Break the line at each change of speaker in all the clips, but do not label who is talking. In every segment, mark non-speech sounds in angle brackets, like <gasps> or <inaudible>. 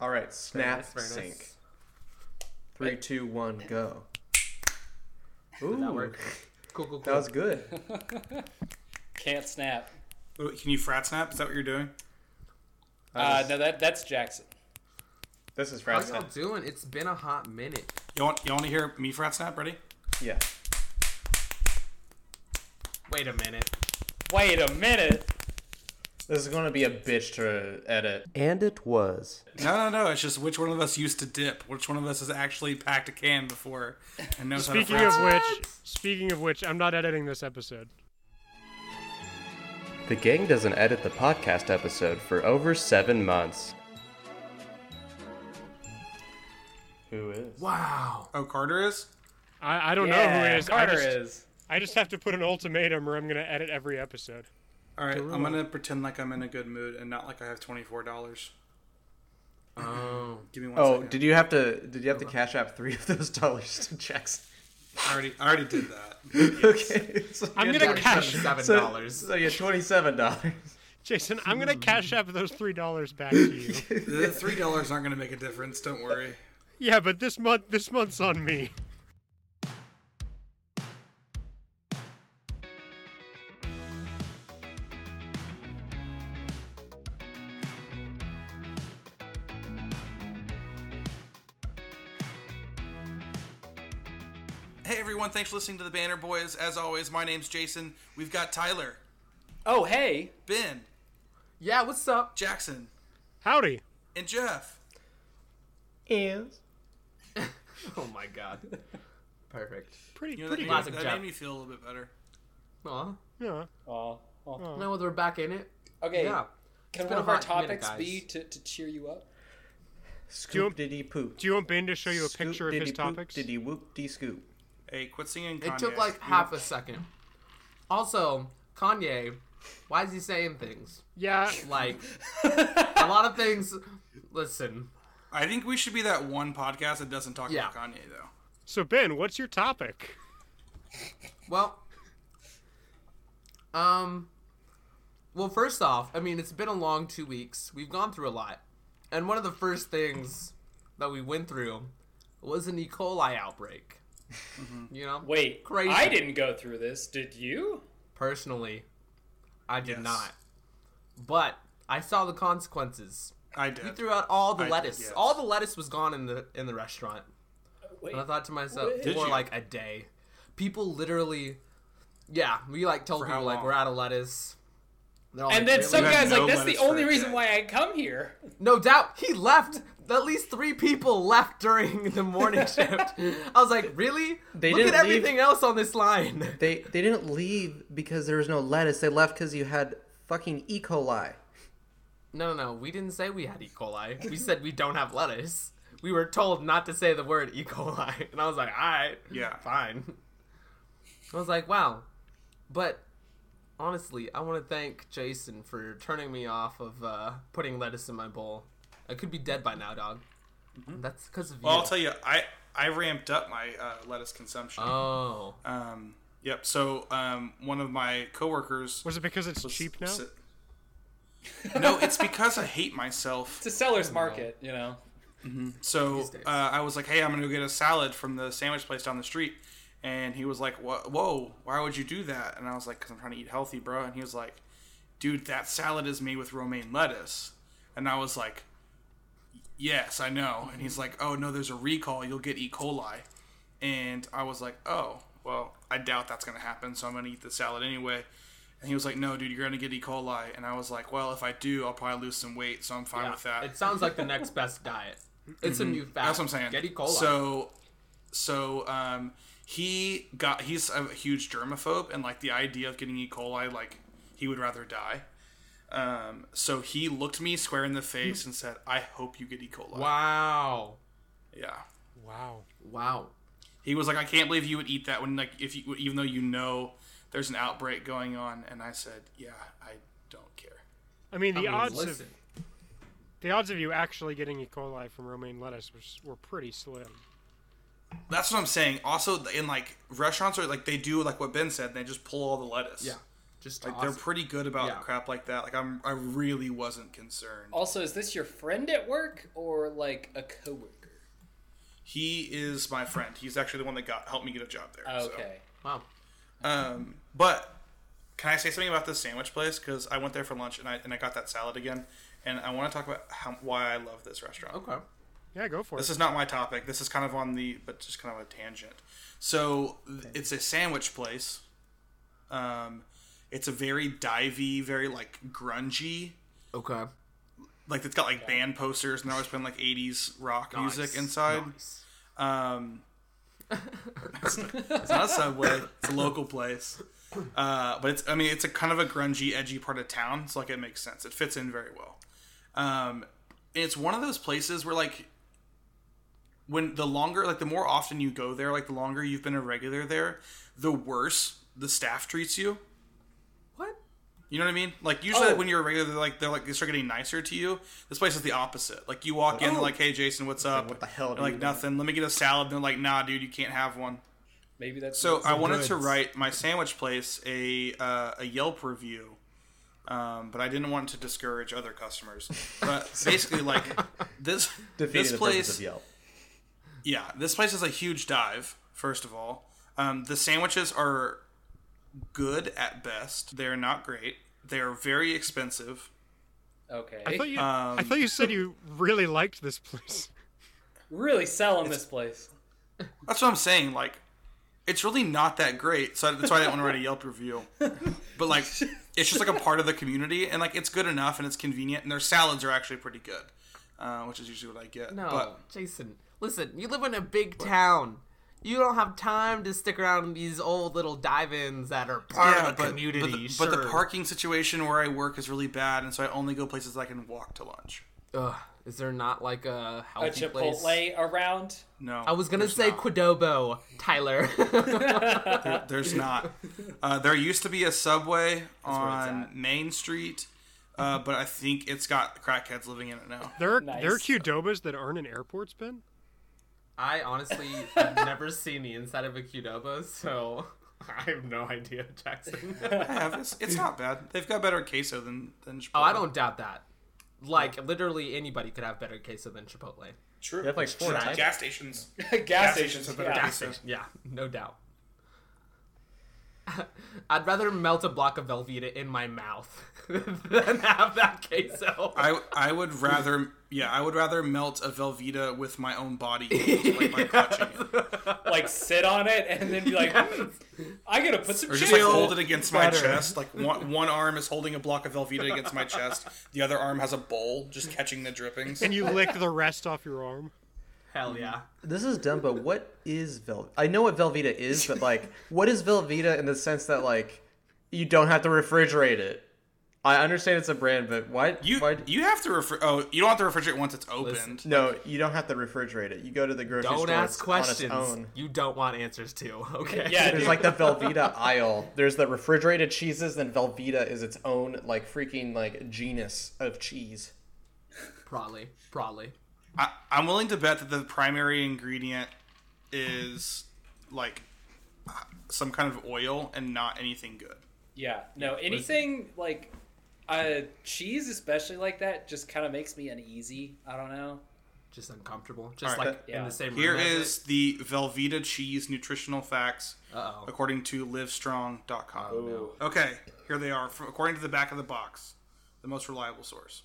All right, snap
Very nice, very
sync.
nice.
Three, two, one, go. Ooh,
Did that work? Uh, Cool, cool, cool.
<laughs> that was good.
Can't snap.
Wait, Can you frat snap? Is that what you're doing?
Uh,
That was-
no, that that's Jackson.
this is
How
frat
y'all
snap.
doing? It's been a hot minute.
You want you want to hear me frat snap? Ready?
Yeah.
Wait a minute.
Wait a minute.
This is gonna be a bitch to edit. And it was.
No, no, no. It's just which one of us used to dip. Which one of us has actually packed a can before and knows
Speaking
how to frat
of
snap.
which, speaking of which, I'm not editing this episode.
The gang doesn't edit the podcast episode for over seven months. Who is?
Wow.
Oh, Carter is.
I, I don't know who it is.
Carter
I just,
is.
I just have to put an ultimatum, or I'm gonna edit every episode.
All right, I'm gonna pretend like I'm in a good mood and not like I have twenty four dollars.
Oh.
Give me one
Oh,
second.
did you have to? Did you have to cash app three of those <laughs> dollars to
<laughs>
Jackson?
I already I already did that.
Okay. So
I'm
you
gonna
had to-
cash.
Seven
So,
dollars.
so you had twenty-seven dollars.
Jason, I'm
Hmm.
gonna cash up those three dollars back to you.
<laughs>
the three dollars aren't gonna make a difference. Don't worry.
yeah, but this month, this month's on me.
Hey everyone, thanks for listening to the Banner Boys. As always, my name's Jason. We've got Tyler,
Oh hey.
Ben,
yeah, what's up?
Jackson,
Howdy.
and Jeff.
Is.
Oh my god. Perfect.
Pretty,
You know,
pretty
that,
good.
that
Jeff.
made me feel a little bit better.
Aw.
Yeah.
Oh.
Now that we're back in it.
Okay.
Yeah.
Can
been
one
a
of our
hot minute,
topics
guys.
be to, to cheer you up?
Scoop diddy poop.
Do you want Ben to show you a picture of his topics?
Diddy whoop dee scoop.
Hey, quit singing.
It took
Kanye.
like half a second. Also, Kanye, why is he saying things?
<laughs>
Yeah.
Like, <laughs> a lot of things. Listen,
I think we should be that one podcast that doesn't talk
Yeah.
about Kanye though.
So Ben, what's your topic?
well, um, well, first off, I mean, it's been a long two weeks. We've gone through a lot. And one of the first things that we went through was an E. coli outbreak. You know?
Wait.
Crazy.
I didn't go through this. Did you?
Personally, I did
Yes.
not. But I saw the consequences.
I did.
We threw out all the
I-
lettuce.
yes.
All the lettuce was gone in the in the restaurant.
Wait.
And I thought to myself,
Did
for
you?
like a day, people literally, yeah, we like told
For how
people like
long?
we're out of lettuce. They're all
And
like,
then some
You had
guy's
no
like, "That's the
lettuce for
only
a
reason
day."
why I come here."
no doubt he left. At least three people left during the
<laughs>
morning shift. I was like, really?
They
Look
didn't
at
leave-
everything else on this line.
They they didn't leave because there was no lettuce. They left because you had fucking E. coli.
No, no, no. We didn't say we had E. coli. We said we don't have lettuce. We were told not to say the word E. coli. And I was like, all right.
Yeah.
Fine. I was like, wow. But honestly, I want to thank Jason for turning me off of uh, putting lettuce in my bowl. I could be dead by now, dog. That's because of
Well,
you.
I'll tell you, I I ramped up my uh, lettuce consumption.
oh.
Um, yep. So um, one of my coworkers.
Was it because it's cheap now?
<laughs> no, it's because I hate myself.
It's a seller's market, you know.
So
days.
uh, I was like, "Hey, I'm gonna go get a salad from the sandwich place down the street," and he was like, "Wha- "Whoa, why would you do that?" And I was like, "Cause I'm trying to eat healthy, bro." And he was like, "Dude, that salad is made with romaine lettuce," and I was like, "Yes, I know." And he's like, "Oh no, there's a recall. You'll get E. coli," and I was like, "Oh, well, I doubt that's gonna happen. So I'm gonna eat the salad anyway." And he was like, "No, dude, you're gonna get E. coli." And I was like, "Well, if I do, I'll probably lose some weight, so I'm fine with that."
It sounds like the next best diet. It's a new fact.
That's what I'm saying.
Get E. coli.
So, so um, he got he's a huge germaphobe, and like the idea of getting E. coli, like he would rather die. Um, so he looked me square in the face and said, "I hope you get E. coli."
wow.
Yeah.
Wow.
Wow.
He was like, "I can't believe you would eat that when like if you even though you know there's an outbreak going on," and I said, "Yeah, I don't care."
I mean,
I
the
mean,
odds
listen.
of the odds of you actually getting E. coli from romaine lettuce was, were pretty slim.
That's what I'm saying. Also, in like restaurants are like they do like what Ben said, they just pull all the lettuce.
Yeah. Just
Like
toss
they're
it.
pretty good about
Yeah. Oh.
crap like that. Like I'm, I really wasn't concerned.
Also, is this your friend at work or like a coworker?
He is my friend. He's actually the one that got helped me get a job there. so.
Okay.
wow.
Um, but can I say something about this sandwich place? Because I went there for lunch and I and I got that salad again, and I want to talk about how, why I love this restaurant.
Okay.
Yeah, go for
This
it.
is not my topic. This is kind of on the, but just kind of a tangent. So th- it's a sandwich place. Um, it's a very divey, very like grungy.
Okay.
Like it's got like band posters and they're always been like '80s rock
Nice.
music inside.
Nice.
Um, it's not a subway. It's a local place. Uh, but it's I mean it's a kind of a grungy, edgy part of town, so like it makes sense. It fits in very well. Um, and it's one of those places where like when the longer like the more often you go there, like the longer you've been a regular there, the worse the staff treats you.
What?
You know what I mean? Like usually
Oh.
like, when you're a regular, they're like they're like they start getting nicer to you. This place is the opposite. Like you walk in, they're like, "Hey, Jason, what's up?"
what the hell
You're
do
like
you want?
nothing. Let me get a salad. And they're like, "Nah, dude, you can't have one."
Maybe that's
So I wanted to
goods.
write my sandwich place a uh, a Yelp review, um, but I didn't want to discourage other customers.
<laughs>
But basically, like this
Defeating
this
the
place,
purpose of Yelp.
yeah, this place is a huge dive. First of all, um, the sandwiches are good at best. They're not great. They are very expensive.
uh,
okay.
I thought you. I
um,
thought you said you really liked this place.
really selling this place.
That's what I'm saying. Like, it's really not that great. So that's why I didn't want to write a Yelp review. But like, it's just like a part of the community, and like it's good enough and it's convenient. And their salads are actually pretty good, uh, which is usually what I get.
No,
But
Jason. Listen, you live in a big town. You don't have time to stick around in these old little dive-ins that are part
yeah,
of the
but,
community.
but, the, but
sure.
the parking situation where I work is really bad, and so I only go places I can walk to lunch.
Ugh, is there not like a
A
healthy
Chipotle
place?
around. <laughs>
No,
I was gonna
there's
say
not.
Quidobo,
<laughs>
Tyler. <laughs>
There- there's not. Uh, there used to be a subway
it's
on
at.
Main Street, uh, but I think it's got crackheads living in it now.
There are there are
Nice.
Qdobas that aren't in airports, Ben.
I honestly have never seen the inside of a Qdoba, so <laughs> I have no idea, Jackson.
I have. It's, it's not bad. They've got better queso than than. Chipotle.
oh, I don't doubt that. Like literally anybody could have better queso than Chipotle.
True.
They have like four
Should I
types.
gas stations.
Gas,
stations
stations.
have better
yeah.
gas- Queso.
Yeah, no doubt. <laughs> I'd rather melt a block of Velveeta in my mouth <laughs> than have that queso.
<laughs> I I would rather yeah I would rather melt a Velveeta with my own body just, like, by clutching it.
Like sit on it and then be like, "Hmm, I gotta put some
or
cheese.
just like hold it against
better.
my chest like one, one arm is holding a block of Velveeta against my chest the other arm has a bowl just catching the drippings
And you lick the rest off your arm.
Hell yeah.
This is dumb, but what is Vel? I know what Velveeta is, but <laughs> like, what is Velveeta in the sense that like, you don't have to refrigerate it. I understand it's a brand, but why?
you
why,
you have to refer oh you don't have to refrigerate once it's opened
Listen.
no, you don't have to refrigerate it. You go to the grocery
Don't
store.
ask
it's on its
questions
own.
you don't want answers to, <laughs> okay?
Yeah,
There's
dude.
like the Velveeta aisle. There's the refrigerated cheeses, then Velveeta is its own like freaking like genus of cheese.
Probably. Probably.
I, I'm willing to bet that the primary ingredient is like some kind of oil and not anything good
Yeah, no, anything like uh, cheese, especially like that, just kind of makes me uneasy. I don't know.
Just uncomfortable. Just
All right,
like
that-
in
yeah.
the same room.
Here
as it.
is the Velveeta cheese nutritional facts
Uh-oh.
according to livestrong.com.
no.
Okay, here they are from, according to the back of the box, the most reliable source.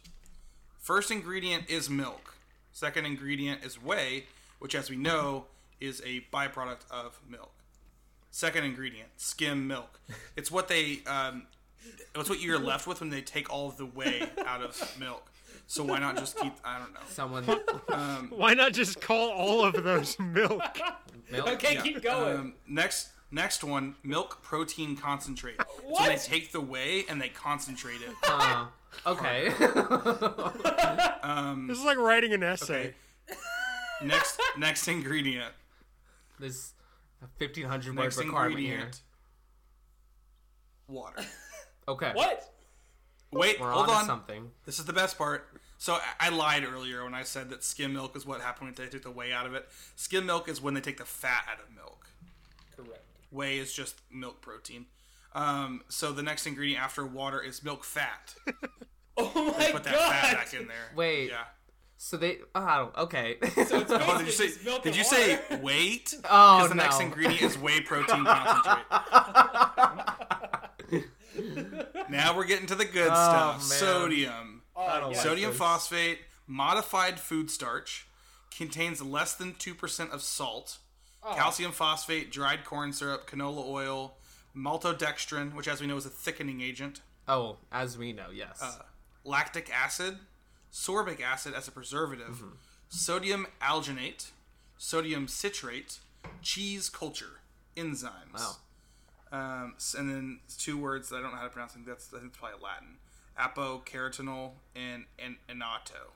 First ingredient is milk. Second ingredient is whey, which as we know is a byproduct of milk. Second ingredient, skim milk. It's what they um, it's what you're left with when they take all of the whey out of milk. So why not just keep I don't know. <laughs>
Someone
Why not just call all of those <laughs> milk?
milk.
Okay,
Yeah.
keep going.
Um, next, next one, milk protein concentrate. So
What?
they take the whey and they concentrate it.
Uh, okay. <laughs>
This is like writing an essay.
Okay. next, next ingredient.
There's a 1500 word
Next
requirement here.
ingredient. Water.
Okay.
what?
<laughs> Wait,
We're
hold
onto
on.
something.
This is the best part. So I- I lied earlier when I said that skim milk is what happened when they took the whey out of it. Skim milk is when they take the fat out of milk.
Correct.
Whey is just milk protein. Um, so the next ingredient after water is milk fat.
Oh my
Put
<laughs>
that fat
god!
back in there.
Wait.
Yeah.
So they. Oh, okay.
So
<laughs>
it's
Oh, did you
basically
say?
just milk
Did
and
you say
water.
wait?
oh
Because the next
no.
ingredient is whey
<laughs>
protein concentrate. now we're getting to the good stuff:
Oh, man.
sodium,
I
Oh,
don't like
sodium
this.
phosphate, modified food starch, contains less than two percent of salt,
Oh.
calcium phosphate, dried corn syrup, canola oil, maltodextrin, which, as we know, is a thickening agent,
Oh, as we know, yes.
Uh, lactic acid, sorbic acid as a preservative,
Mm-hmm.
sodium alginate, sodium citrate, cheese culture, enzymes.
Wow.
Um, s- and then two words that I don't know how to pronounce. I think that's I think it's probably Latin. Apocarotenol and and annatto.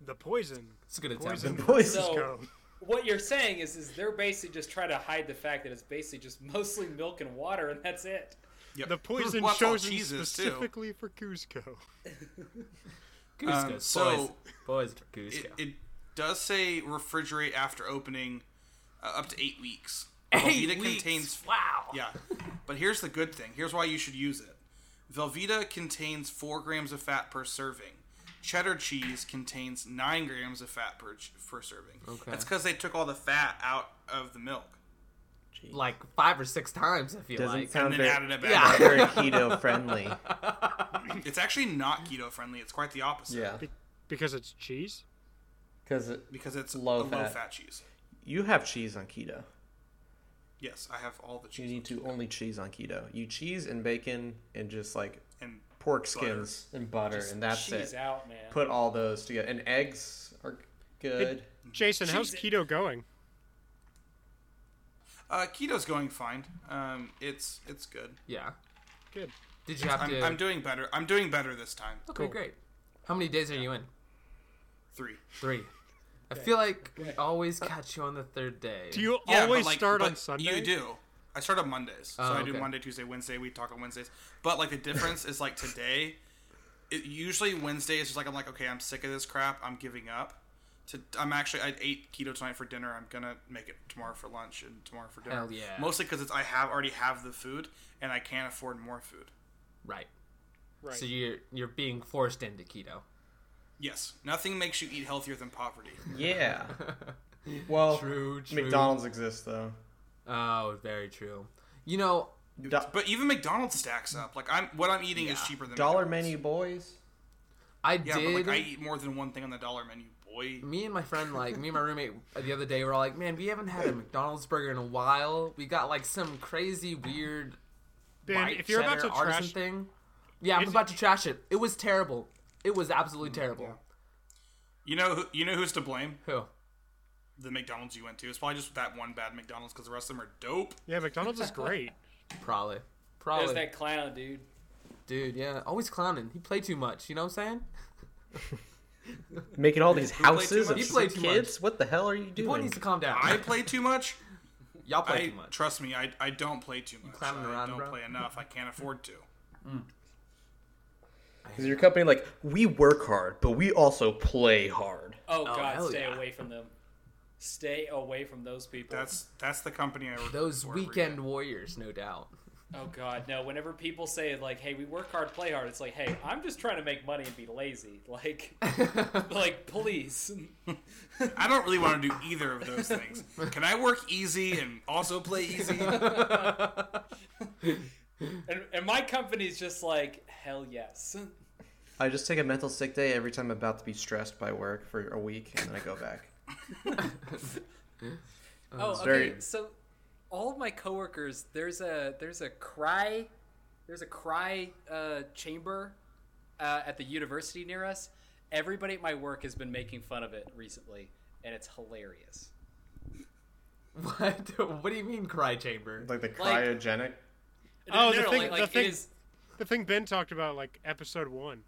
The poison.
it's a good attempt.
Poison. <laughs>
Poison.
Let's
So-
go.
What you're saying is, is they're basically just trying to hide the fact that it's basically just mostly milk and water, and that's it.
Yep.
The
<laughs>
poison
Well, that's all
chosen
cheese is, too.
specifically for Cusco.
Cusco,
Um, so-
boys, boys for Cusco.
It, it does say refrigerate after opening uh, up to eight weeks.
Eight
Velveeta
weeks.
contains
wow.
Yeah. But here's the good thing. Here's why you should use it. Velveeta contains 4 grams of fat per serving. Cheddar cheese contains 9 grams of fat per, ch- per serving.
Okay.
That's because they took all the fat out of the milk
Like five or six times, I feel
Doesn't
like.
and
sound
then
very,
added it back.
Yeah.
very keto friendly.
<laughs> It's actually not keto friendly. It's quite the opposite.
Yeah,
Be- because it's cheese.
because
Because it's
Low
low, low
fat.
fat. cheese.
you have cheese on keto.
Yes, I have all the
You
cheese
need to only cheese on keto. You cheese and bacon and just like
and
pork
Butter.
skins and butter, and that's
Cheese
it.
out, man.
Put all those together, and eggs are <laughs> good.
Jason, how's
Cheese-
keto going?
uh, keto's going fine. Um, it's it's good.
Yeah.
Good.
Did you have
I'm,
to?
I'm doing better. I'm doing better this time.
okay,
cool.
great. How many days are you in?
Three.
Three. I feel like we always catch you on the third day.
Do you
Yeah, but,
always
like,
start
but
on Sunday?
You do. I start on Mondays, so
Oh,
I do
okay.
Monday, Tuesday, Wednesday. We talk on Wednesdays, but like the difference is like today. It, usually Wednesday is just like I'm like okay, I'm sick of this crap. I'm giving up. To, I'm actually I ate keto tonight for dinner. I'm gonna make it tomorrow for lunch and tomorrow for dinner.
Hell yeah.
Mostly because it's I have already have the food and I can't afford more food.
Right.
Right.
So you're you're being forced into keto. <laughs>
Yes, nothing makes you eat healthier than poverty.
Yeah. Well,
True, true.
McDonald's exists though.
Oh, very true. You know,
Do-
But even McDonald's stacks up. Like I'm what I'm eating is cheaper than
dollar
McDonald's.
menu boys.
I
Yeah,
did.
but like I eat more than one thing on the dollar menu, boy.
me and my friend, like me and my roommate, the other day, were all like, "Man, we haven't had a McDonald's burger in a while. We got like some crazy, weird,
Ben,
white
if you're about
cheddar
to
artisan
trash,
thing." Yeah, I'm
Is
about to trash it. It was terrible. It was absolutely
Mm,
terrible.
You know, who- you know who's to blame?
Who?
The McDonald's you went to. It's probably just that one bad McDonald's because the rest of them are dope.
yeah, McDonald's is great.
Probably.
There's
Probably.
that clown, dude.
Dude, yeah, always clowning. He played too much. You know what I'm saying?
Making all these
played too
houses of
much?
You played too
kids. What the hell are you
Boy
doing?
needs to calm down. <laughs>
I play too much.
Y'all play
I
too much.
trust me. I, I don't play too much.
clowning
I
around,
don't
bro.
play enough. I can't
<laughs>
afford to.
Is your company like we work hard, but we also play hard?
Oh,
hell
god, stay
yeah.
away from them. Stay away from those people.
That's that's the company I work
Those
for every
weekend
day.
warriors, no doubt. <laughs>
Oh god, no. Whenever people say like, "Hey, we work hard, play hard," it's like, "Hey, I'm just trying to make money and be lazy." <laughs> Like, like please. <laughs>
I don't really want to do either of
<laughs>
those things. Can I work easy and also play easy?
And, and my company's just like, "Hell yes." <laughs>
I just take a mental sick day every time I'm about to be stressed by work for a week, and then I go back.
Oh, okay.
very-
So, all of my coworkers, there's a there's a cry, there's a cry uh, chamber uh, at the university near us. Everybody at my work has been making fun of it recently, and it's hilarious.
<laughs> What? what do you mean, cry <laughs> chamber?
Like the
Like-
cryogenic.
Oh, the
like,
thing- the
like, it
thing-
is-
The thing Ben talked about, like episode one.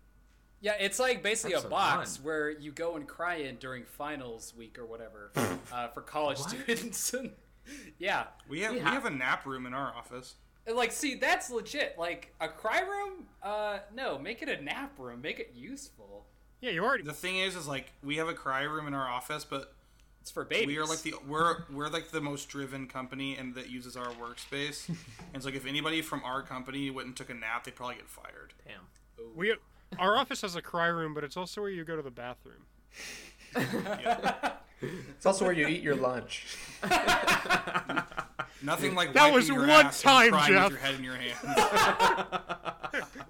Yeah, it's like basically a
Episode
box
one.
where you go and cry in during finals week or whatever <laughs> uh, for college students. <laughs> yeah,
We have
Yeah.
we have a nap room in our office.
And, like see, that's legit. Like a cry room? Uh, no, make it a nap room. Make it useful.
Yeah, you already.
The thing is, is like we have a cry room in our office, but
It's for babies.
We are like the we're we're like the most driven company and that uses our
<laughs>
workspace. and so like if anybody from our company went and took a nap, they'd probably get fired.
Damn.
We our office has a cry room, but it's also where you go to the bathroom.
It's also where you eat your lunch.
Nothing like
That
wiping
was
your
one
ass and
time,
crying
Jeff.
with your head
<laughs>
in your hands.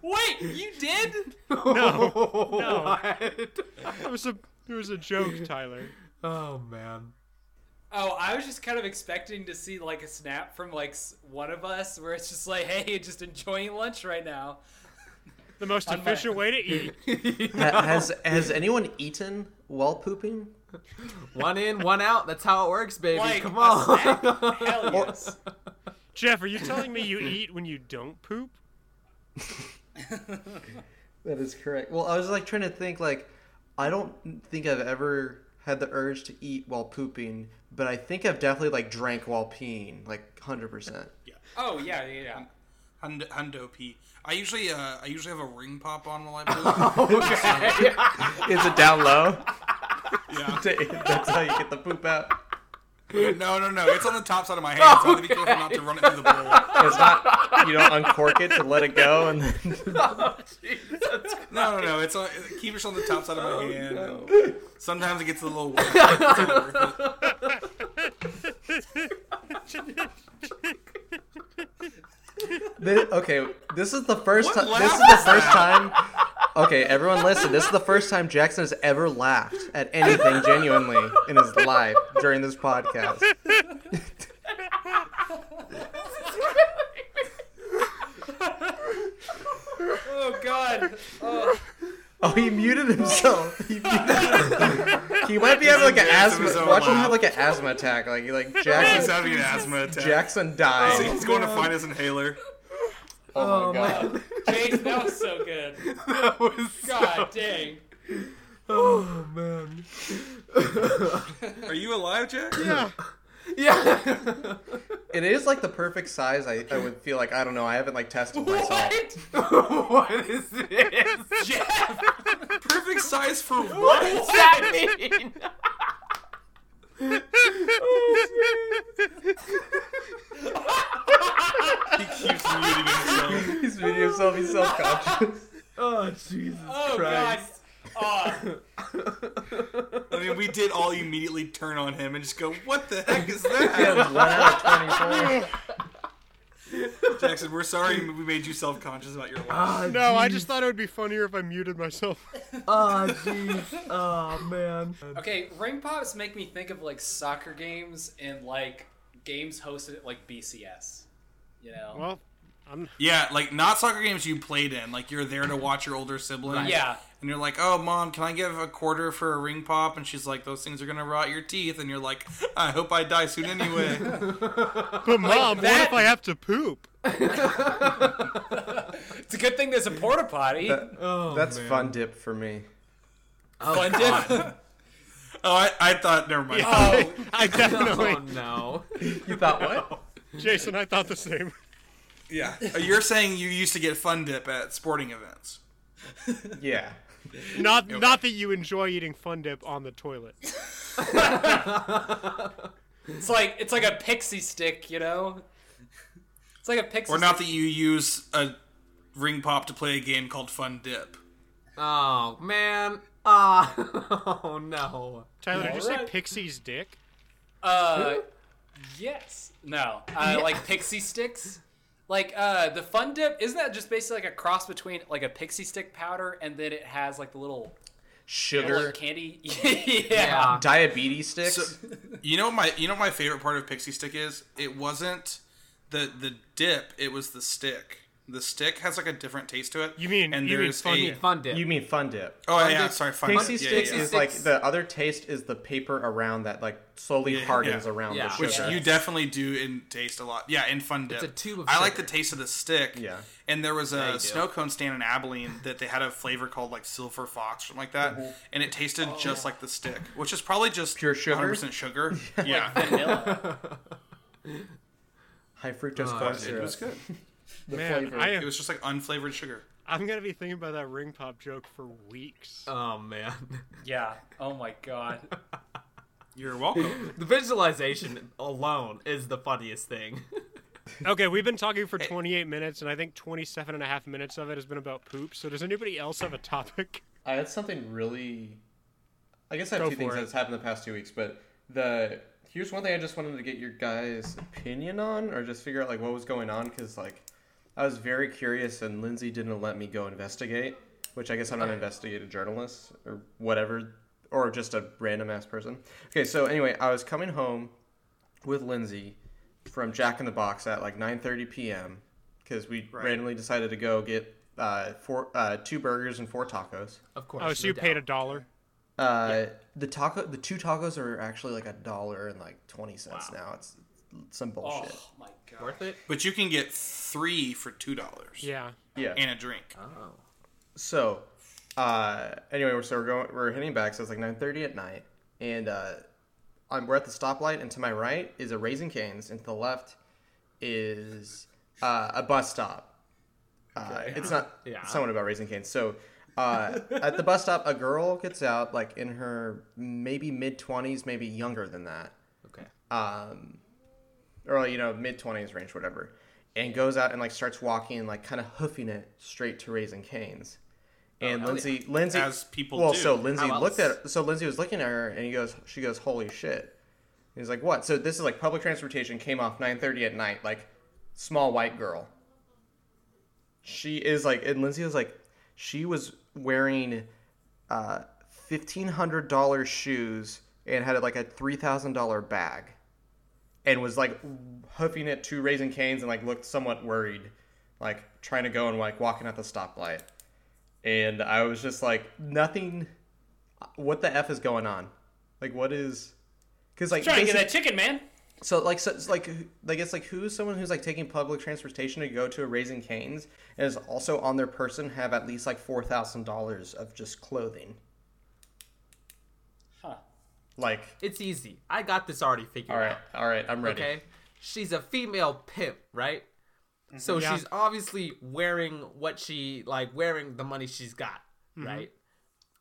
Wait, you did?
No.
What?
It was a it was a joke, Tyler.
<laughs> Oh man.
<laughs> Oh, I was just kind of expecting to see like a snap from like s- one of us where it's just like, hey, just enjoying lunch right now.
The most
On my-
efficient way to eat.
<laughs>
Ha- has has anyone eaten while pooping?
One in, one out. That's how it works, baby.
Like,
Come
a
on.
snack?
<laughs>
Hell yes.
Jeff, are you telling me you eat when you don't poop?
That is correct. Well, I was like trying to think like I don't think I've ever had the urge to eat while pooping, but I think I've definitely like drank while peeing, like 100%.
Oh yeah, yeah, yeah.
Hundo, hundo pee. I usually uh, I usually have a ring pop on
<laughs>
while I poop.
Oh,
okay.
Is it down low?
<laughs>
<laughs>
yeah.
That's how you get the poop out.
No, no, no. It's on the top side of my hand, so I have to be careful not to run it through the bowl.
It's not you don't uncork it to let it go and then <laughs>
Jesus.
No, no, no. It's on. Keep it on the top side of my
Oh,
hand. and Sometimes it gets a little wet. It's all
<laughs>
worth it.
Thi- okay, this is the first
What
time.
laugh
This is
was
the first time. Okay, everyone, listen. This is the first time Jackson has ever laughed at anything genuinely in his life during this podcast.
Oh god.
Oh, he muted himself. He, muted himself. he might be having like an
embarrassed of
asthma.
his own
Watch him
laugh.
have like an asthma attack. Like he- like
He's
Jackson.
having an asthma attack.
Jackson died.
He's going to find his inhaler.
Oh my god.
man.
James, that was so good.
Oh <laughs> that was
<laughs> God dang.
Oh man.
<laughs> Are you alive, Jack?
Yeah.
Yeah.
It is like the perfect size. I, I would feel like I don't know. I haven't like tested myself.
<laughs>
What?
what is this? <laughs>
Jeff!
Perfect size for
What
what?
does that mean?
He keeps muting
<laughs>
himself.
He's muting himself. He's self conscious.
oh Jesus
Oh <laughs> god.
Christ.
Oh,
I mean, we did all immediately turn on him and just go, "What the heck is <laughs>
He
that?"
has one out of twenty-four.
Jackson, we're sorry we made you self-conscious about your life.
<laughs>
<gasps>
Oh,
<laughs> No, I just thought it would be funnier if I muted myself.
Oh jeez. Oh man.
okay, ring pops make me think of like soccer games and like games hosted at like BCS. You know?
Well, I'm
Yeah, like not soccer games you played in. Like you're there to watch your older sibling.
yeah.
And you're like, "Oh, mom, can I give a quarter for a ring pop?" And she's like, "Those things are gonna rot your teeth." And you're like, "I hope I die soon <laughs> anyway."
<laughs> But mom,
that-
what if I have to <laughs> poop?
It's a good thing there's a porta
<laughs>
potty.
Oh,
That's
man.
fun dip for me.
Fun dip.
oh, I, I thought. Never mind.
Oh,
<laughs> I definitely,
Oh no.
You thought what?
Jason. I thought the same.
<laughs> Yeah, <laughs> you're saying you used to get fun dip at sporting events.
Yeah.
Not, not that you enjoy eating fun dip on the toilet.
<laughs> it's like it's like a pixie stick, you know? It's like a pixie
Or not
stick.
that you use a ring pop to play a game called Fun Dip.
<laughs> Oh man. Ah. <laughs> Oh no.
Tyler, did you say
Alright.
Pixie's dick?
Uh, yes. No. Uh, Like pixie sticks. Like uh, the fun dip isn't that just basically like a cross between like a pixie stick powder and then it has like the little
Sugar.
like, candy. <laughs> yeah.
Yeah.
Diabetes sticks. <laughs>
You know what my you know what my favorite part of Pixie Stick is it wasn't the the dip, it was the stick. The stick has like a different taste to it.
You mean-
and
you mean
there's
Fun
a-
Dip.
Fun dip.
you mean fun dip?
Oh yeah,
Dip.
sorry, Fun
Pixie
Dip. Yeah, yeah,
sticks
yeah.
is
Pixie
like
sticks.
the other taste is the paper around that like slowly
yeah.
hardens around
Yeah.
the
Which
sugar.
Which you definitely do in taste a lot. Yeah, in Fun Dip.
a tube of
I like the
sugar.
taste of the stick.
Yeah.
And there was
Yeah,
a
you do.
snow cone stand in Abilene that they had a flavor called like Silver Fox or something like that, and it tasted just like the stick, which is probably just
Mm-hmm. Pure sugar?
100% sugar.
<laughs>
yeah.
Vanilla.
High fructose
Oh,
corn
it
syrup.
It was good.
The
Man,
flavor.
I
It
am,
was just like unflavored sugar.
I'm gonna be thinking about that ring pop joke for weeks.
Oh man. <laughs>
yeah. <laughs> Oh my god.
You're welcome.
The visualization alone is the funniest thing.
Okay, we've been talking
Eh.
for 28 minutes, and I think 27 and a half minutes of it has been about poop. So does anybody else have
<laughs>
a topic?
I had something really. I guess I have
Go
two things
for it.
that's happened the past two weeks, but the here's one thing I just wanted to get your guys' opinion on, or just figure out like what was going on, because like I was very curious, and Lindsay didn't let me go investigate, which I guess I'm not an investigative journalist or whatever, or just a random ass person. Okay, so anyway, I was coming home with Lindsay from Jack in the Box at like 9:30 p.m. because we randomly decided to go get uh, four uh, two burgers and four tacos.
Of course.
Oh, so
no
you paid a
doubt.
dollar.
Uh, the taco, the two tacos are actually like a dollar and like twenty cents now. It's some
Oh
bullshit.
my god.
worth it.
<laughs> but you can get three for two dollars.
Yeah.
Yeah.
And a drink.
Oh.
So, uh, anyway, we're so we're going, we're heading back. So it's like nine thirty at night, and uh, I'm we're at the stoplight, and to my right is a Raising Canes, and to the left is uh, a bus stop. Uh, It's not
Yeah.
someone about Raising Canes. So. Uh, at the bus stop, a girl gets out, like in her maybe mid twenties, maybe younger than that,
Okay.
um, or you know mid twenties range, whatever, and goes out and like starts walking and like kind of hoofing it straight to Raising Canes.
Oh,
And
hell
Lindsay, Lindsay,
As people
well,
do.
so Lindsay
How
looked
else?
at so Lindsay was looking at her and he goes, she goes, holy shit. And he's like, what? So this is like public transportation came off nine thirty at night, like small white girl. She is like, and Lindsay was like, she was wearing uh, fifteen hundred dollar shoes and had like a three thousand dollar bag, and was like hoofing it to Raising Canes and like looked somewhat worried, like trying to go and like walking at the stoplight, and I was just like, nothing. What the f is going on? Like, what is? Because like
Trying to get
basic-
that chicken, man.
so like so, so, like who- like it's like who's someone who's like taking public transportation to go to a Raising Canes and is also on their person have at least like four thousand dollars of just clothing.
Huh.
Like
It's easy. I got this already figured
all right,
out.
all right, I'm ready.
Okay. She's a female pimp, right? So
Yeah.
she's obviously wearing what she like wearing the money she's got, right?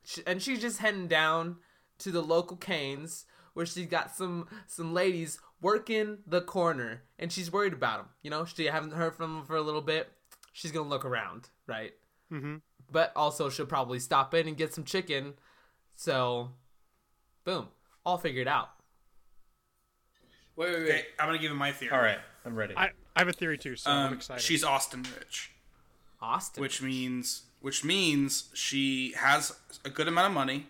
She, and she's just heading down to the local Canes where she got some some ladies working the corner and she's worried about them. You know, she haven't heard from them for a little bit. She's going to look around, right?
Mhm.
But also she'll probably stop in and get some chicken. So boom, all figured out.
Wait, wait,
Okay,
wait.
I'm gonna give you my theory.
All right, I'm ready.
I, I have a theory too, so I'm
Um,
excited.
she's Austin rich,
Austin.
which means which means she has a good amount of money.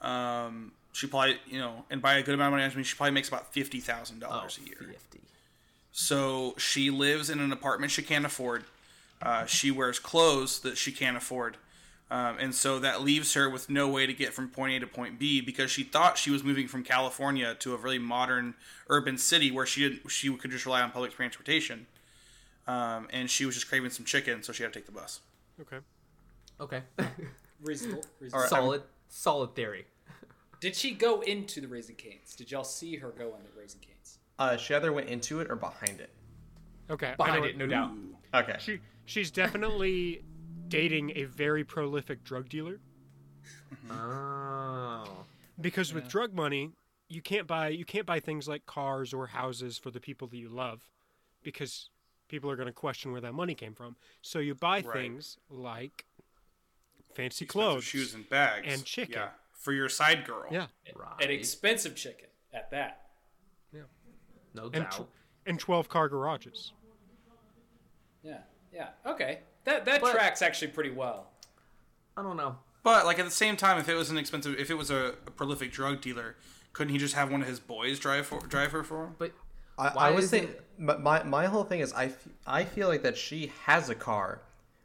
Um, she probably you know, and by a good amount of money, I mean she probably makes about fifty thousand
Oh,
dollars a year.
50.
So she lives in an apartment she can't afford. Uh, she wears clothes that she can't afford. Um, and so that leaves her with no way to get from point A to point B because she thought she was moving from California to a really modern urban city where she didn't, she could just rely on public transportation. Um, and she was just craving some chicken, so she had to take the bus.
okay.
Okay.
Reasonable.
<laughs>
reasonable.
Alright.
solid, solid theory.
Did she go into the Raising Canes? Did y'all see her go into Raising Canes?
Uh, she either went into it or behind it.
Okay. I
Behind
know
it, no doubt.
Okay.
She she's definitely dating a very prolific drug dealer
Oh.
because with drug money, you can't buy you can't buy things like cars or houses for the people that you love because people are going to question where that money came from. So you buy things like fancy
Expensive
clothes.
shoes and bags,
and chicken.
Yeah, for your side girl.
yeah.
Right.
An expensive chicken at that.
no
And
doubt.
tw- and 12 car garages.
Yeah. Yeah. Okay. That that
But-
tracks actually pretty well.
I don't know.
But like at the same time, if it was an expensive, if it was a, a prolific drug dealer, couldn't he just have one of his boys drive for, drive her for him?
But
I,
Why
I was
isn't-
thinking my, my my whole thing is I, f- I feel like that she has a car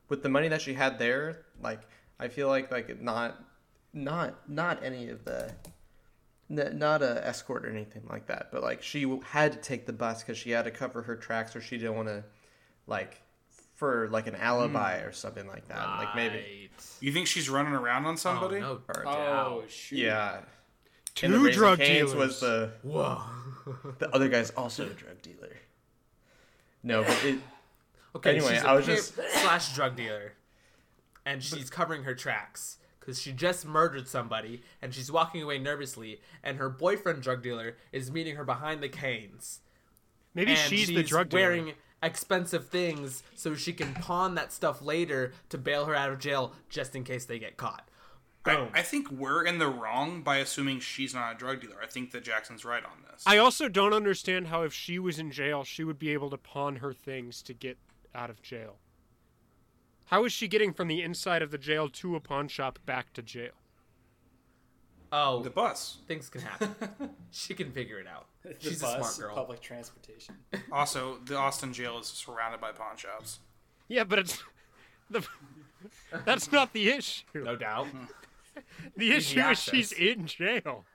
with the money that she had there like I feel like like not not not any of the n- not a escort or anything like that but like she w- had to take the bus because she had to cover her tracks or she didn't want to like for like an alibi or something like that like maybe
Right.
You think she's running around on
Oh,
somebody?
no
Or-
doubt.
Oh shoot.
yeah
Two
And the Raising
drug
Cane's
dealers.
was the
Whoa.
the other guy's also a drug dealer no but it
Okay.
Anyway,
she's a <laughs>
I was
pimp
just-
slash drug dealer, and she's covering her tracks because she just murdered somebody and she's walking away nervously, and her boyfriend drug dealer is meeting her behind the canes.
Maybe
and
she's, the drug dealer.
wearing expensive things so she can pawn that stuff later to bail her out of jail just in case they get caught.
I,
Boom.
I think we're in the wrong by assuming she's not a drug dealer. I think that Jackson's right on this.
I also don't understand how if she was in jail, she would be able to pawn her things to get out of jail. How is she getting from the inside of the jail to a pawn shop back to jail?
oh,
the bus.
things can happen. she can figure it out.
The
She's a
bus,
smart girl.
Public transportation.
Also, the Austin jail is surrounded by pawn shops.
Yeah, but it's <laughs> the, that's not the issue.
No doubt.
The issue is
access.
she's in jail.
<laughs>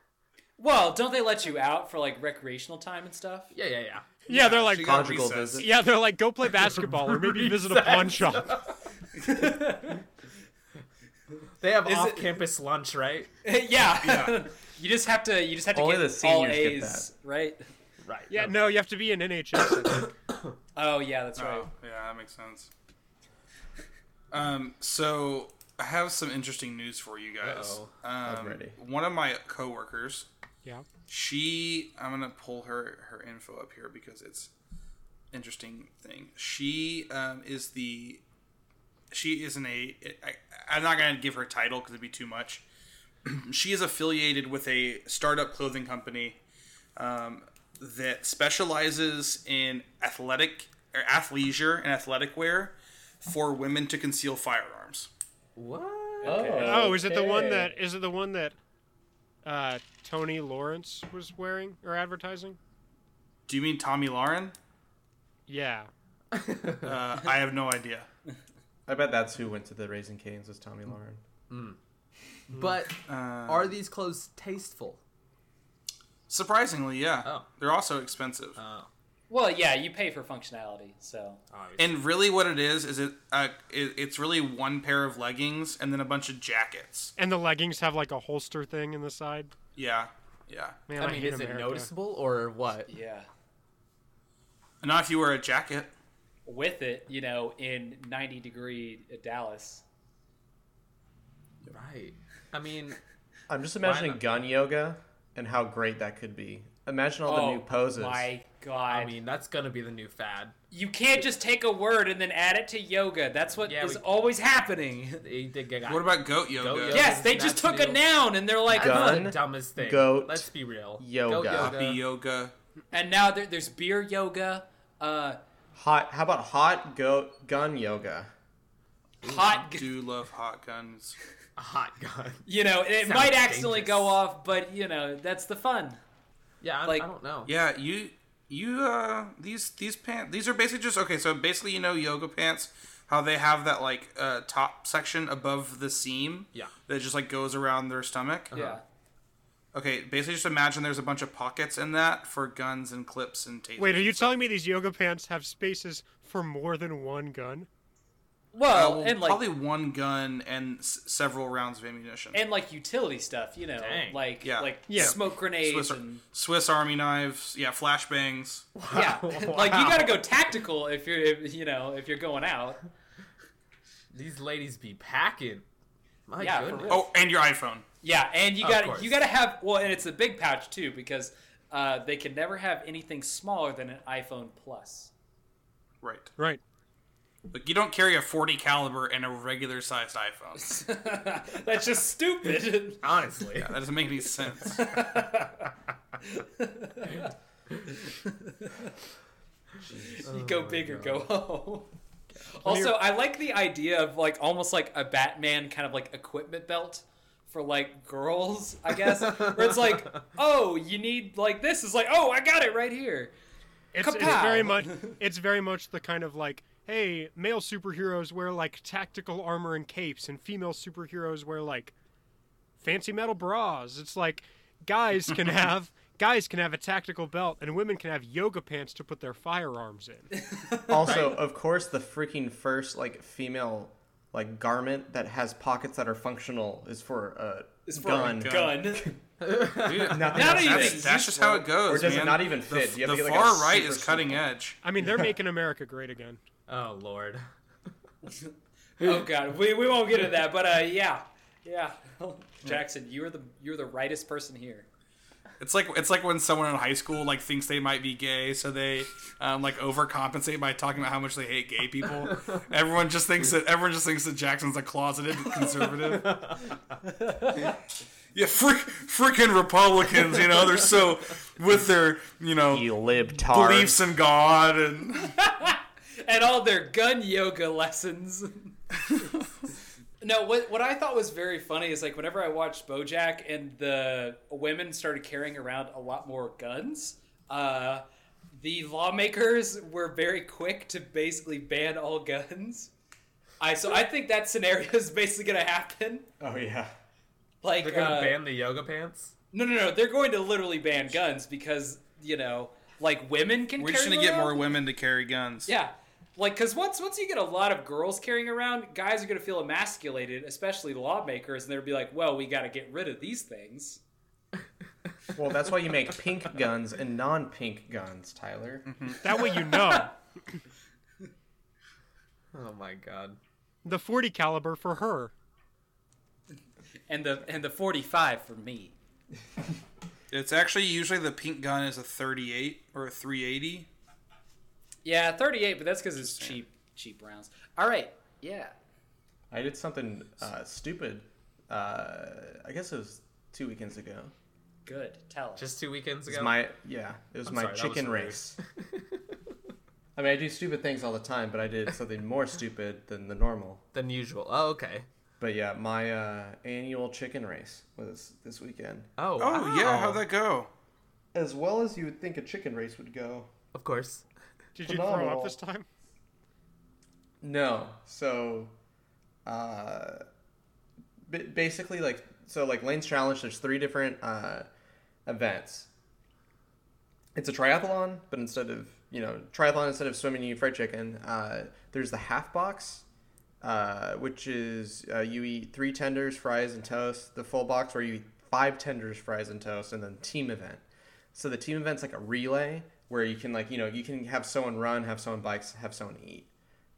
Well, don't they let you out for like recreational time and stuff?
Yeah, yeah, yeah.
Yeah, they're like
she got
Conjugal
recess.
visit.
yeah, they're like go play basketball or maybe visit a pawn shop.
They have
it-
off-campus lunch, right?
<laughs> yeah. <laughs> you just have to. You just have to
Only
get
the
all
seniors get
A's, right?
Right.
Yeah, no, you have to be in NHS. I think.
Oh yeah, that's right.
Oh, yeah, that makes sense. Um, so I have some interesting news for you guys.
Uh-oh.
Um,
ready.
One of my coworkers,
Yeah.
she, I'm gonna pull her her info up here because it's interesting thing. She um, is the she isn't a. I, I'm not gonna give her a title because it'd be too much. <clears throat> she is affiliated with a startup clothing company um, that specializes in athletic or athleisure and athletic wear for women to conceal firearms.
What?
Oh, is it the one that is it the one that uh, Tony Lawrence was wearing or advertising?
Do you mean Tommy Lauren?
Yeah.
Uh, I have no idea.
<sighs> I bet that's who went to the Raising Canes was Tommy Lauren.
But
Uh,
are these clothes tasteful?
surprisingly, yeah,
Oh.
they're also expensive.
Oh.
Well, yeah, you pay for functionality, so
and really, what it is is it, uh, it it's really one pair of leggings and then a bunch of jackets.
And the leggings have like a holster thing in the side.
Yeah, yeah.
Man, I,
I mean,
hate
is it
America.
noticeable or what?
yeah.
And not if you wear a jacket.
With it, you know, in 90 degree Dallas.
Right. I mean,
I'm just imagining
not?
gun yoga and how great that could be. Imagine all the new Oh, poses.
my god!
I mean, that's gonna be the new fad.
you can't just take a word and then add it to yoga. That's what is
Yeah, we-
always happening.
They did get
What about goat yoga?
yoga.
<laughs> Yes, they just
That's
took a
new.
noun and they're like,
Gun.
the dumbest thing?
goat,
Let's be real.
yoga.
Goat
Happy yoga.
and now there, there's beer yoga, uh,
Hot. How about hot goat gun <laughs> yoga?
hot.
I do love hot guns.
A hot gun. <laughs>
You know, it
Sounds
might accidentally
dangerous.
go off, but you know that's the fun.
Yeah, I,
Like-
I don't know.
Yeah, you you uh these these pants these are basically just okay, so basically you know yoga pants how they have that like uh top section above the seam
Yeah.
that just like goes around their stomach.
Uh-huh.
Yeah.
Okay, basically just imagine there's a bunch of pockets in that for guns and clips and tape.
Wait, are you telling me these yoga pants have spaces for more than one gun?
Well,
Uh, well,
and like
probably one gun and s- several rounds of ammunition.
and like utility stuff, you know,
Dang.
like
Yeah.
like
Yeah.
smoke grenades
Swiss, ar-
and
Swiss Army knives, yeah, flashbangs.
<laughs> yeah.
Wow.
like you got to go tactical if you're if, you know if you're going out.
These ladies be packing. My
Yeah, for
goodness.
real.
Oh, and your iPhone.
Yeah, and you
Of
got
course.
you got to have well, and it's a big pouch too because uh, they can never have anything smaller than an iPhone Plus. <laughs>
Right.
Right.
Like you don't carry a 40 caliber and a regular sized
<laughs>
iPhone.
That's just stupid. <laughs>
Honestly.
That doesn't make any sense.
you go big or go home. Also, I like the idea of like almost like a Batman kind of like equipment belt for like girls, I guess. where it's like, oh, you need like this. It's like, oh, I got it right here.
It's, it's
Kapow!
very much it's very much the kind of like, hey, male superheroes wear like tactical armor and capes and female superheroes wear like fancy metal bras. It's like guys can have guys can have a tactical belt and women can have yoga pants to put their firearms in.
Also, of course, the freaking first like female like garment that has pockets that are functional is for a
It's for
gun.
a gun. <laughs>
Dude,
Nothing
Not
else
even-
matters.
That's, that's just how it goes.
Or does it
man.
not even fit?
The,
You have to
the
get, like, a
far right is
super
cutting edge.
I mean, they're making America great again.
Oh lord.
oh god, we, we won't get into that, but uh, yeah, Yeah, Jackson, you are the you're the rightest person here.
It's like it's like when someone in high school like thinks they might be gay, so they um, like overcompensate by talking about how much they hate
<laughs>
gay people. everyone just thinks that everyone just thinks that Jackson's a closeted
<laughs>
conservative. yeah, freak, freaking Republicans, you know, they're so with their you know
You libtard.
beliefs in God and
and all their gun yoga lessons. <laughs> no, what what I thought was very funny is like whenever I watched BoJack and the women started carrying around a lot more guns, uh, the lawmakers were very quick to basically ban all guns. I so I think that scenario is basically going to happen.
Oh yeah.
Like
They're gonna
uh,
ban the yoga pants.
no, no, no, they're going to literally ban guns because you know, like women can.
We're just
carry
gonna get
them
more
around.
women to carry guns.
Yeah, like because once once you get a lot of girls carrying around, guys are gonna feel emasculated, especially lawmakers, and they'll be like, "Well, we gotta get rid of these things."
Well, that's why you make pink guns and non-pink guns, Tyler.
That way you know.
Oh my god.
the 40 caliber for her.
And the and the forty five for me.
It's actually usually the pink gun is a 38 or a 380.
Yeah, thirty eight, but that's because it's cheap cheap rounds. All right, yeah.
I did something uh, stupid. Uh, I guess it was two weekends ago.
Good. Tell us.
Just two weekends
It's
ago.
my yeah. It was my
sorry, that was
chicken
rude.
race.
<laughs>
I mean, I do stupid things all the time, but I did something more stupid than the normal.
Than usual. Oh okay.
But yeah, my uh, annual chicken race was this weekend.
Oh.
Oh
wow.
yeah, how'd that go?
As well as you would think a chicken race would go.
Of course.
Did you throw
Phenomenal.
up this time?
No. So, uh, b- basically, like, so, like, Lane's Challenge, there's three different uh, events. It's a triathlon, but instead of, you know, triathlon instead of swimming, you eat fried chicken. Uh, there's the half box, uh, which is uh, you eat three tenders, fries, and toast. The full box, where you eat five tenders, fries, and toast, and then team event. So the team event's like a relay where you can like you know you can have someone run, have someone bikes, have someone eat,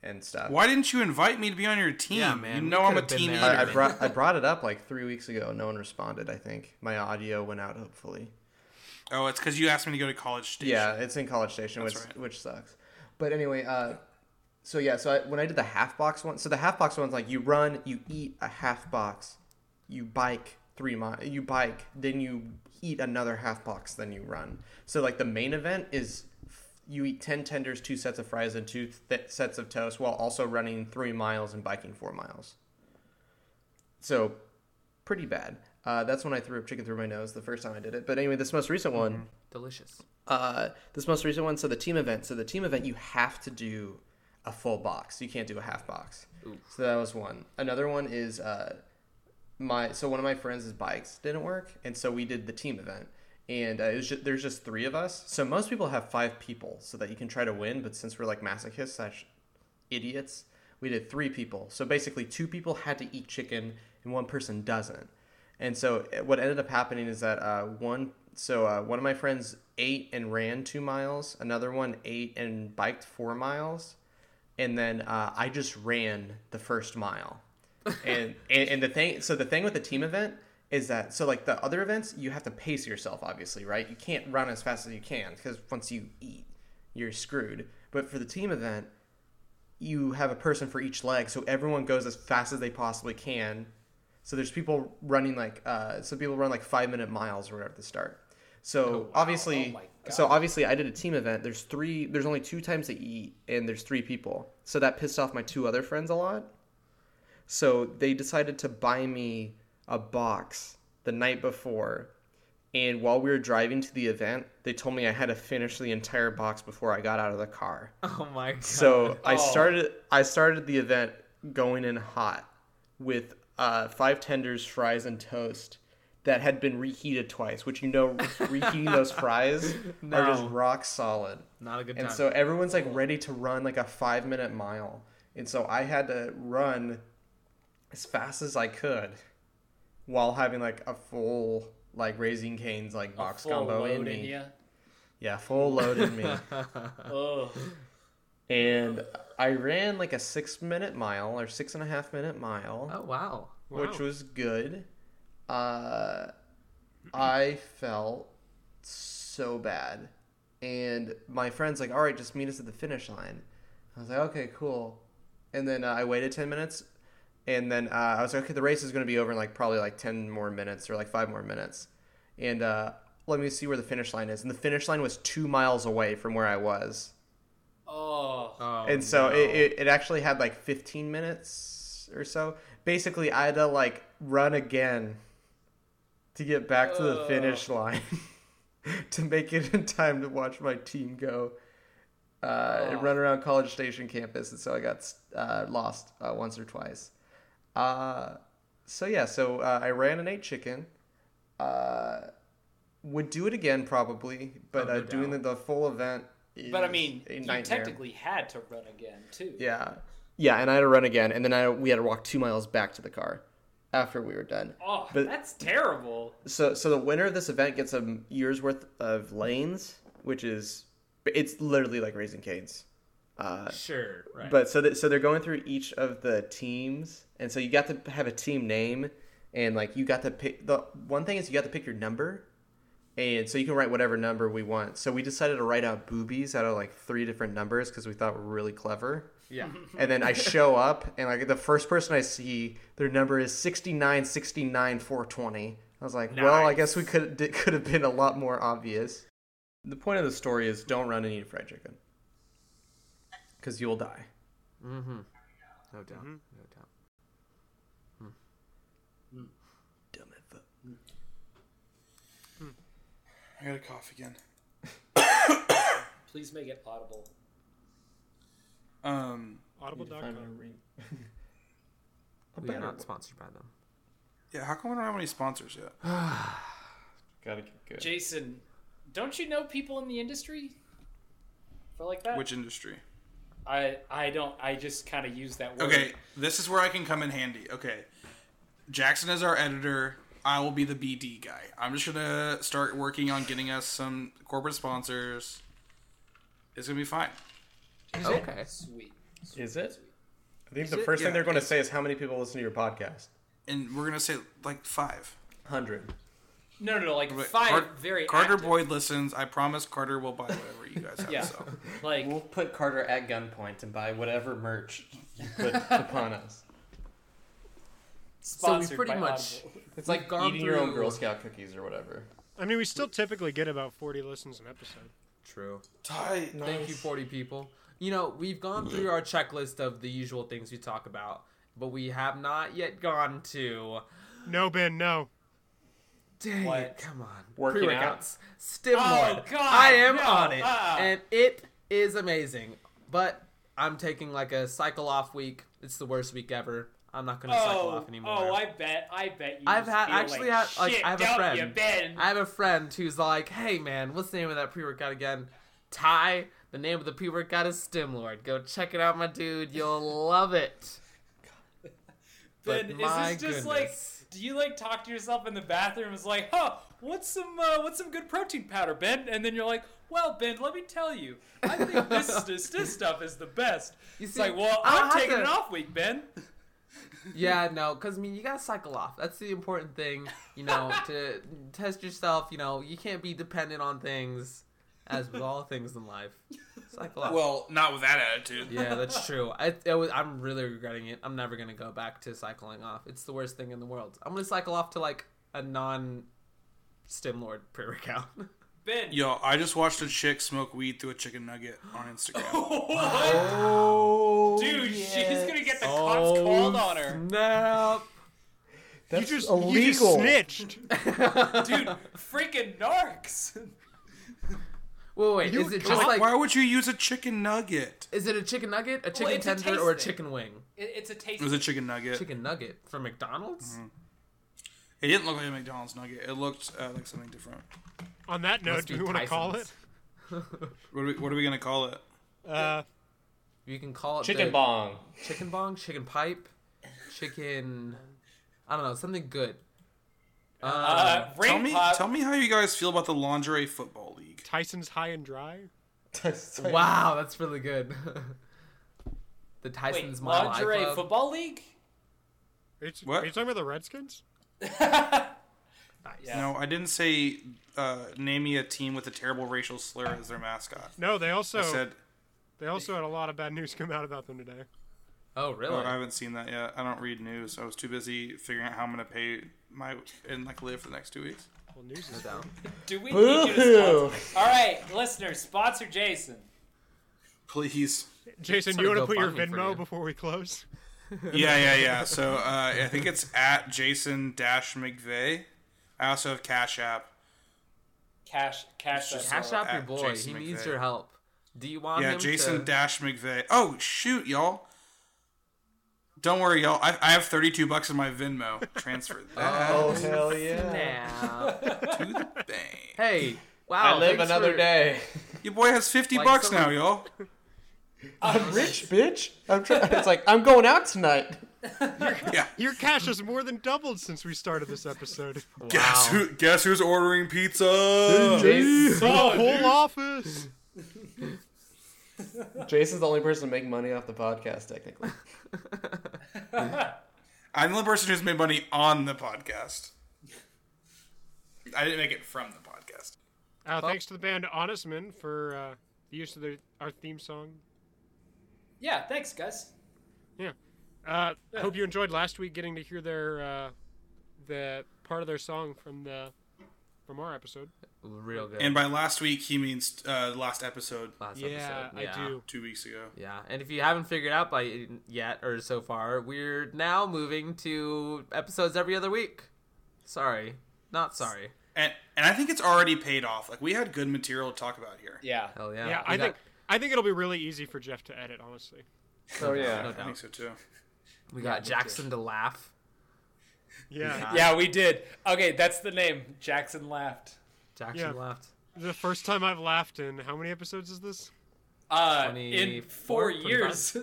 and stuff.
Why didn't you invite me to be on your team?
Yeah, man,
You
we
know I'm a
could've been
team
there.
eater.
I, I brought I brought it up like three weeks ago. No one responded. I think my audio went out. Hopefully,
Oh, it's because you asked me to go to college station.
yeah, it's in College Station, which
right.
which sucks. But anyway, uh, so yeah, so I, when I did the half box one, so the half box one's like you run, you eat a half box, you bike three miles, you bike, then you eat another half box, then you run. So like the main event is you eat ten tenders, two sets of fries, and two th- sets of toast, while also running three miles and biking four miles. So pretty bad. Uh, that's when I threw up chicken through my nose the first time I did it. But anyway, this most recent one
Mm-hmm.
Delicious.
uh, this most recent one, so the team event. So the team event, you have to do a full box. You can't do a half box. So that was one. Another one is uh, my. So one of my friends' bikes didn't work, and so we did the team event. And uh, it was just, there's just three of us. So most people have five people, so that you can try to win. But since we're like masochists slash idiots, we did three people. So basically, two people had to eat chicken, and one person doesn't. And so eh, what ended up happening is that uh, one, so uh, one of my friends ate and ran two miles. Another one ate and biked four miles, and then uh, I just ran the first mile. And, and and the thing, so the thing with the team event is that so like the other events, you have to pace yourself, obviously, right? You can't run as fast as you can because once you eat, you're screwed. But for the team event, you have a person for each leg, so everyone goes as fast as they possibly can. So there's people running like uh, some people run like five minute miles or whatever at the start. So
Oh
obviously,
my
so obviously I did a team event. There's three. There's only two times to eat, and there's three people. So that pissed off my two other friends a lot. So they decided to buy me a box the night before. And while we were driving to the event, they told me I had to finish the entire box before I got out of the car.
<laughs> Oh my god.
So I
Oh.
started I started the event going in hot with uh, five tenders, fries, and toast that had been reheated twice, which you know
<laughs>
reheating those fries are
No.
just rock solid.
Not a good
And
time.
so everyone's like ready to run like a five minute mile. And so I had to run as fast as I could while having like a full like raising canes like box
Full
combo in
load
me.
in ya.
Yeah, full load in
<laughs>
me.
Oh,
and I ran like a six minute mile or six and a half minute mile.
oh wow.
which was good.
<clears throat>
Uh, I felt so bad, and my friend's like, "All right, just meet us at the finish line." I was like, "Okay, cool," and then uh, I waited ten minutes, and then uh, I was like, "Okay, the race is going to be over in like probably like ten more minutes or like five more minutes," and uh, let me see where the finish line is, and the finish line was two miles away from where I was
Oh,
Oh,
and so
no.
it, it, it actually had like 15 minutes or so basically i had to like run again to get back to the finish line <laughs> to make it in time to watch my team go uh, and run around college station campus and so i got uh, lost uh, once or twice uh, so yeah so uh, i ran an eight chicken uh, would do it again probably but
Oh, no
uh, doing the,
doubt.
the full event is
but I mean,
a
you
nightmare.
technically had to run again too.
Yeah. Yeah, and I had to run again, and then I, we had to walk two miles back to the car after we were done.
Oh,
But-
that's terrible.
So, so the winner of this event gets a year's worth of lanes, which is it's literally like raising canes. Uh,
sure, right.
but so that so they're going through each of the teams, and so you got to have a team name, and like you got to pick the one thing is you got to pick your number, and so you can write whatever number we want. So we decided to write out boobies out of like three different numbers because we thought were really clever <laughs>
yeah.
and then I show up, and like the first person I see, their number is sixty nine sixty nine four twenty. I was like, well, I guess we could it could have been a lot more obvious. The point of the story is don't run and eat a fried chicken because you'll die.
Mm-hmm. No doubt.
Mm-hmm.
No doubt.
Dumb it, but-
I gotta cough again.
Please make it audible.
Um,
Audible.com.
We are not sponsored by them.
yeah, how come we don't have any sponsors yet? <gasps>
Gotta get good.
Jason, don't you know people in the industry? For like that,
Which industry?
I I don't. I just kind of use that word.
Okay, this is where I can come in handy. Okay, Jackson is our editor. I will be the BD guy. I'm just gonna start working on getting us some corporate sponsors. It's gonna be fine.
Okay.
Sweet.
Is it? I think the
it?
first
Yeah,
thing they're going to say is how many people listen to your podcast.
And we're gonna say like five.
Hundred.
No, no, no. Like
But
five
Car-
very
Carter
active-
Boyd listens. I promise Carter will buy whatever you guys have.
<laughs>
Yeah.
So
Like
put Carter at gunpoint and buy whatever merch you <laughs> put upon us.
So
sponsored
we pretty
by
much
Audible.
It's like
gone
eating your own
through-
Girl Scout cookies or whatever.
I mean, we still typically get about 40 listens an episode.
True.
tight.
Thank you, 40 people. You know, we've gone through our checklist of the usual things we talk about, but we have not yet gone to.
No, Ben, no.
Dang
What?
it, come on.
Working
Pre-workouts. Stim
Oh,
one.
God,
I am
no,
on it.
ah.
And it is amazing. But I'm taking like a cycle off week. It's the worst week ever. I'm not going to cycle
Oh,
off anymore.
oh, I bet, I bet you.
I've
just
had
feel
actually
like,
had like
shit,
I have
don't
a friend.
You, ben.
I have a friend who's like, "Hey man, what's the name of that pre-workout again?" Ty. The name of the pre-workout is Stimlord. Go check it out, my dude. You'll love it.
Ben,
But
is
my
this just
goodness.
like? Do you like talk to yourself in the bathroom? Is like, huh? What's some uh, what's some good protein powder, Ben? And then you're like, well, Ben, let me tell you, I
<laughs>
think this this, this stuff is the best.
You
it's
see,
like, well,
I'll
I'm
have
taking
to-
an off week, Ben.
Yeah, no, because I mean, you gotta cycle off. That's the important thing, you
<laughs>
know, to test yourself. You know, you can't be dependent on things, as with all things in life. Cycle off.
Well, not with that attitude.
yeah, that's true. I, it was, I'm really regretting it. I'm never gonna go back to cycling off. It's the worst thing in the world. I'm gonna cycle off to like a non Stimlord pre
<laughs>
workout.
Ben,
Yo, I just watched a chick smoke weed through a chicken nugget on Instagram.
what?
Oh,
Dude, she's gonna get the
Oh,
cops called on her.
snap!
You just,
illegal.
you just snitched.
Dude, freaking narcs.
Wait, wait,
You
is it
caught-
just <laughs>
Like,
like
why would you use a chicken nugget?
is it a chicken nugget, a chicken
it's a
tender,
taste
or a
thing.
chicken wing?
It, it's a taste.
It was a chicken nugget.
Chicken nugget from McDonald's.
Mm-hmm.
It didn't look like a McDonald's nugget. It looked uh, like something different.
On that note,
Must
Uh, do
be
we want to call it?
Tyson's.
What are we, what are we gonna call it?
Uh,
You can call it
Chicken
the-
bong.
chicken bong, chicken pipe, chicken. I don't know, something good. Um,
uh,
Tell
rain
me,
pop.
tell me how you guys feel about the lingerie football league.
Tyson's High and Dry?
wow, that's really good. <laughs> the Tyson's
Wait,
Model Eye
lingerie
Club.
football league?
Are you,
What?
are you talking about the Redskins?
Yeah.
No, I didn't say uh, name me a team with a terrible racial slur as their mascot.
No, they also
I said
they also had a lot of bad news come out about them today.
Oh, really?
oh, I haven't seen that yet. I don't read news. I was too busy figuring out how I'm gonna pay my and like live for the next two weeks.
Well, news is
Down.
<laughs> Do we need you to sponsor? All right, listeners, sponsor Jason.
Please.
Jason,
Sort
you
of
want to put your
GoFundMe for
Venmo
you.
before we close?
Yeah, yeah, yeah. So uh, I think it's at Jason Dash McVeigh. I also have Cash App.
Cash, cash.
It's
that
Cash
So,
out your
at
boy.
Jason
he needs
McVeigh.
your help. Do you want
Yeah,
him
Jason
to...
Dash McVeigh. Oh shoot, y'all. Don't worry, y'all. I, I have 32 bucks in my Venmo.
<laughs>
Transfer that
Oh hell yeah!
Nah.
to the bank.
hey, wow.
I live
thanks
another
for-
day.
Your boy has 50
Like
bucks
someone-
now, y'all.
<laughs> I'm rich, bitch. I'm trying. <laughs> It's like I'm going out <laughs> tonight.
Yeah.
Your cash has more than doubled since we started
<laughs>
this episode.
Guess
Wow.
who? Guess who's ordering pizza?
<laughs> Jason-
the whole office. Uh,
Jason's the only person making money off the podcast, technically.
I'm the only person who's made money on the podcast. I didn't make it from the podcast.
Uh, thanks to the band Honest Men for uh, the use of their, our theme song.
Yeah, thanks, guys.
Yeah. Uh, Hope you enjoyed last week getting to hear their uh, the part of their song from the from our episode.
Real good.
And by last week, he means uh, the last episode
last
yeah,
episode.
I do.
two weeks ago.
Yeah, and if you haven't figured out by yet or so far, we're now moving to episodes every other week. Sorry, not sorry.
And and I think it's already paid off. Like we had good material to talk about here.
Yeah.
Hell yeah.
Yeah,
We
I
got-
think I think it'll be really easy for Jeff to edit. Honestly,
Oh
<laughs> no
yeah.
I think
doubt.
so too.
We got Jackson to laugh.
yeah.
Yeah, we did. Okay, that's the name. Jackson laughed.
Jackson
<laughs>
Yeah.
laughed.
The first time I've laughed in how many episodes is this?
Uh, in
24,
four years.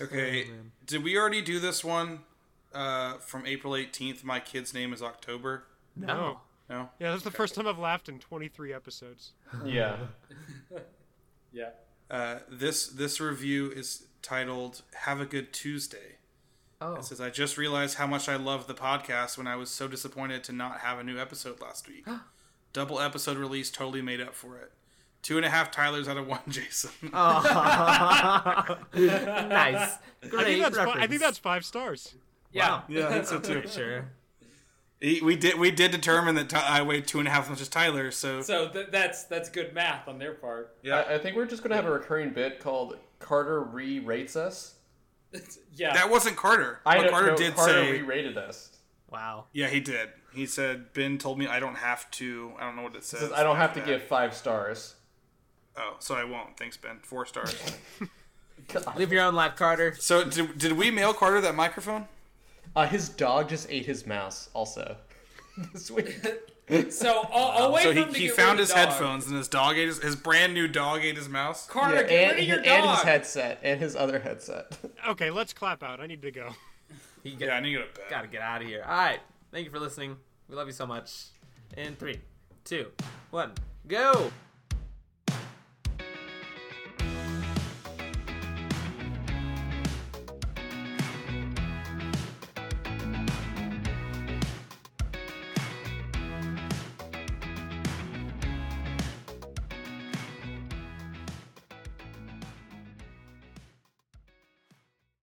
Okay. Did we already do this one uh, from April 18th? My kid's name is October.
No.
No?
Oh, Yeah, that's the first time I've laughed in 23 episodes.
Yeah.
<laughs> yeah.
Uh, this this review is titled "Have a Good Tuesday."
Oh,
It says, "I just realized how much I love the podcast when I was so disappointed to not have a new episode
<gasps>
last week. Double episode release totally made up for it. Two and a half Tyler's out of one <laughs> Jason.
<laughs>
Oh.
nice. Great
I think, that's fi-
reference.
I think that's five stars.
Yeah.
Wow.
yeah, I think so
<laughs>
too.
Sure.
we did we did determine that Ty- I weigh two and a half as much as Tyler, so
So th- that's that's good math on their part.
I, I think we're just gonna have a recurring bit called Carter re-rates us.
yeah.
that wasn't Carter.
I
But
don't
Carter
know.
did
Carter
say
re-rated us.
Wow.
Yeah, he did. He said, Ben told me I don't have to. I don't know what it says.
Says I don't have to
Yeah.
give five stars.
Oh, so I won't. Thanks, Ben. Four stars.
<laughs>
Live your own life, Carter.
so, did, did we mail Carter that microphone?
Uh, his dog just ate his mouse. Also, <laughs> this <laughs> week.
so I'll, I'll wait
So
for
he,
him to
he
get rid of
found his
dog.
headphones and his dog ate his, his brand new dog ate his mouse.
Carter,
Yeah,
get rid
and,
of your dog.
and his headset and his other headset. <laughs>
Okay, let's clap out. I need to go.
He got,
Yeah, I need to go to bed.
gotta get out of here. All right. Thank you for listening. We love you so much. In three, two, one, go.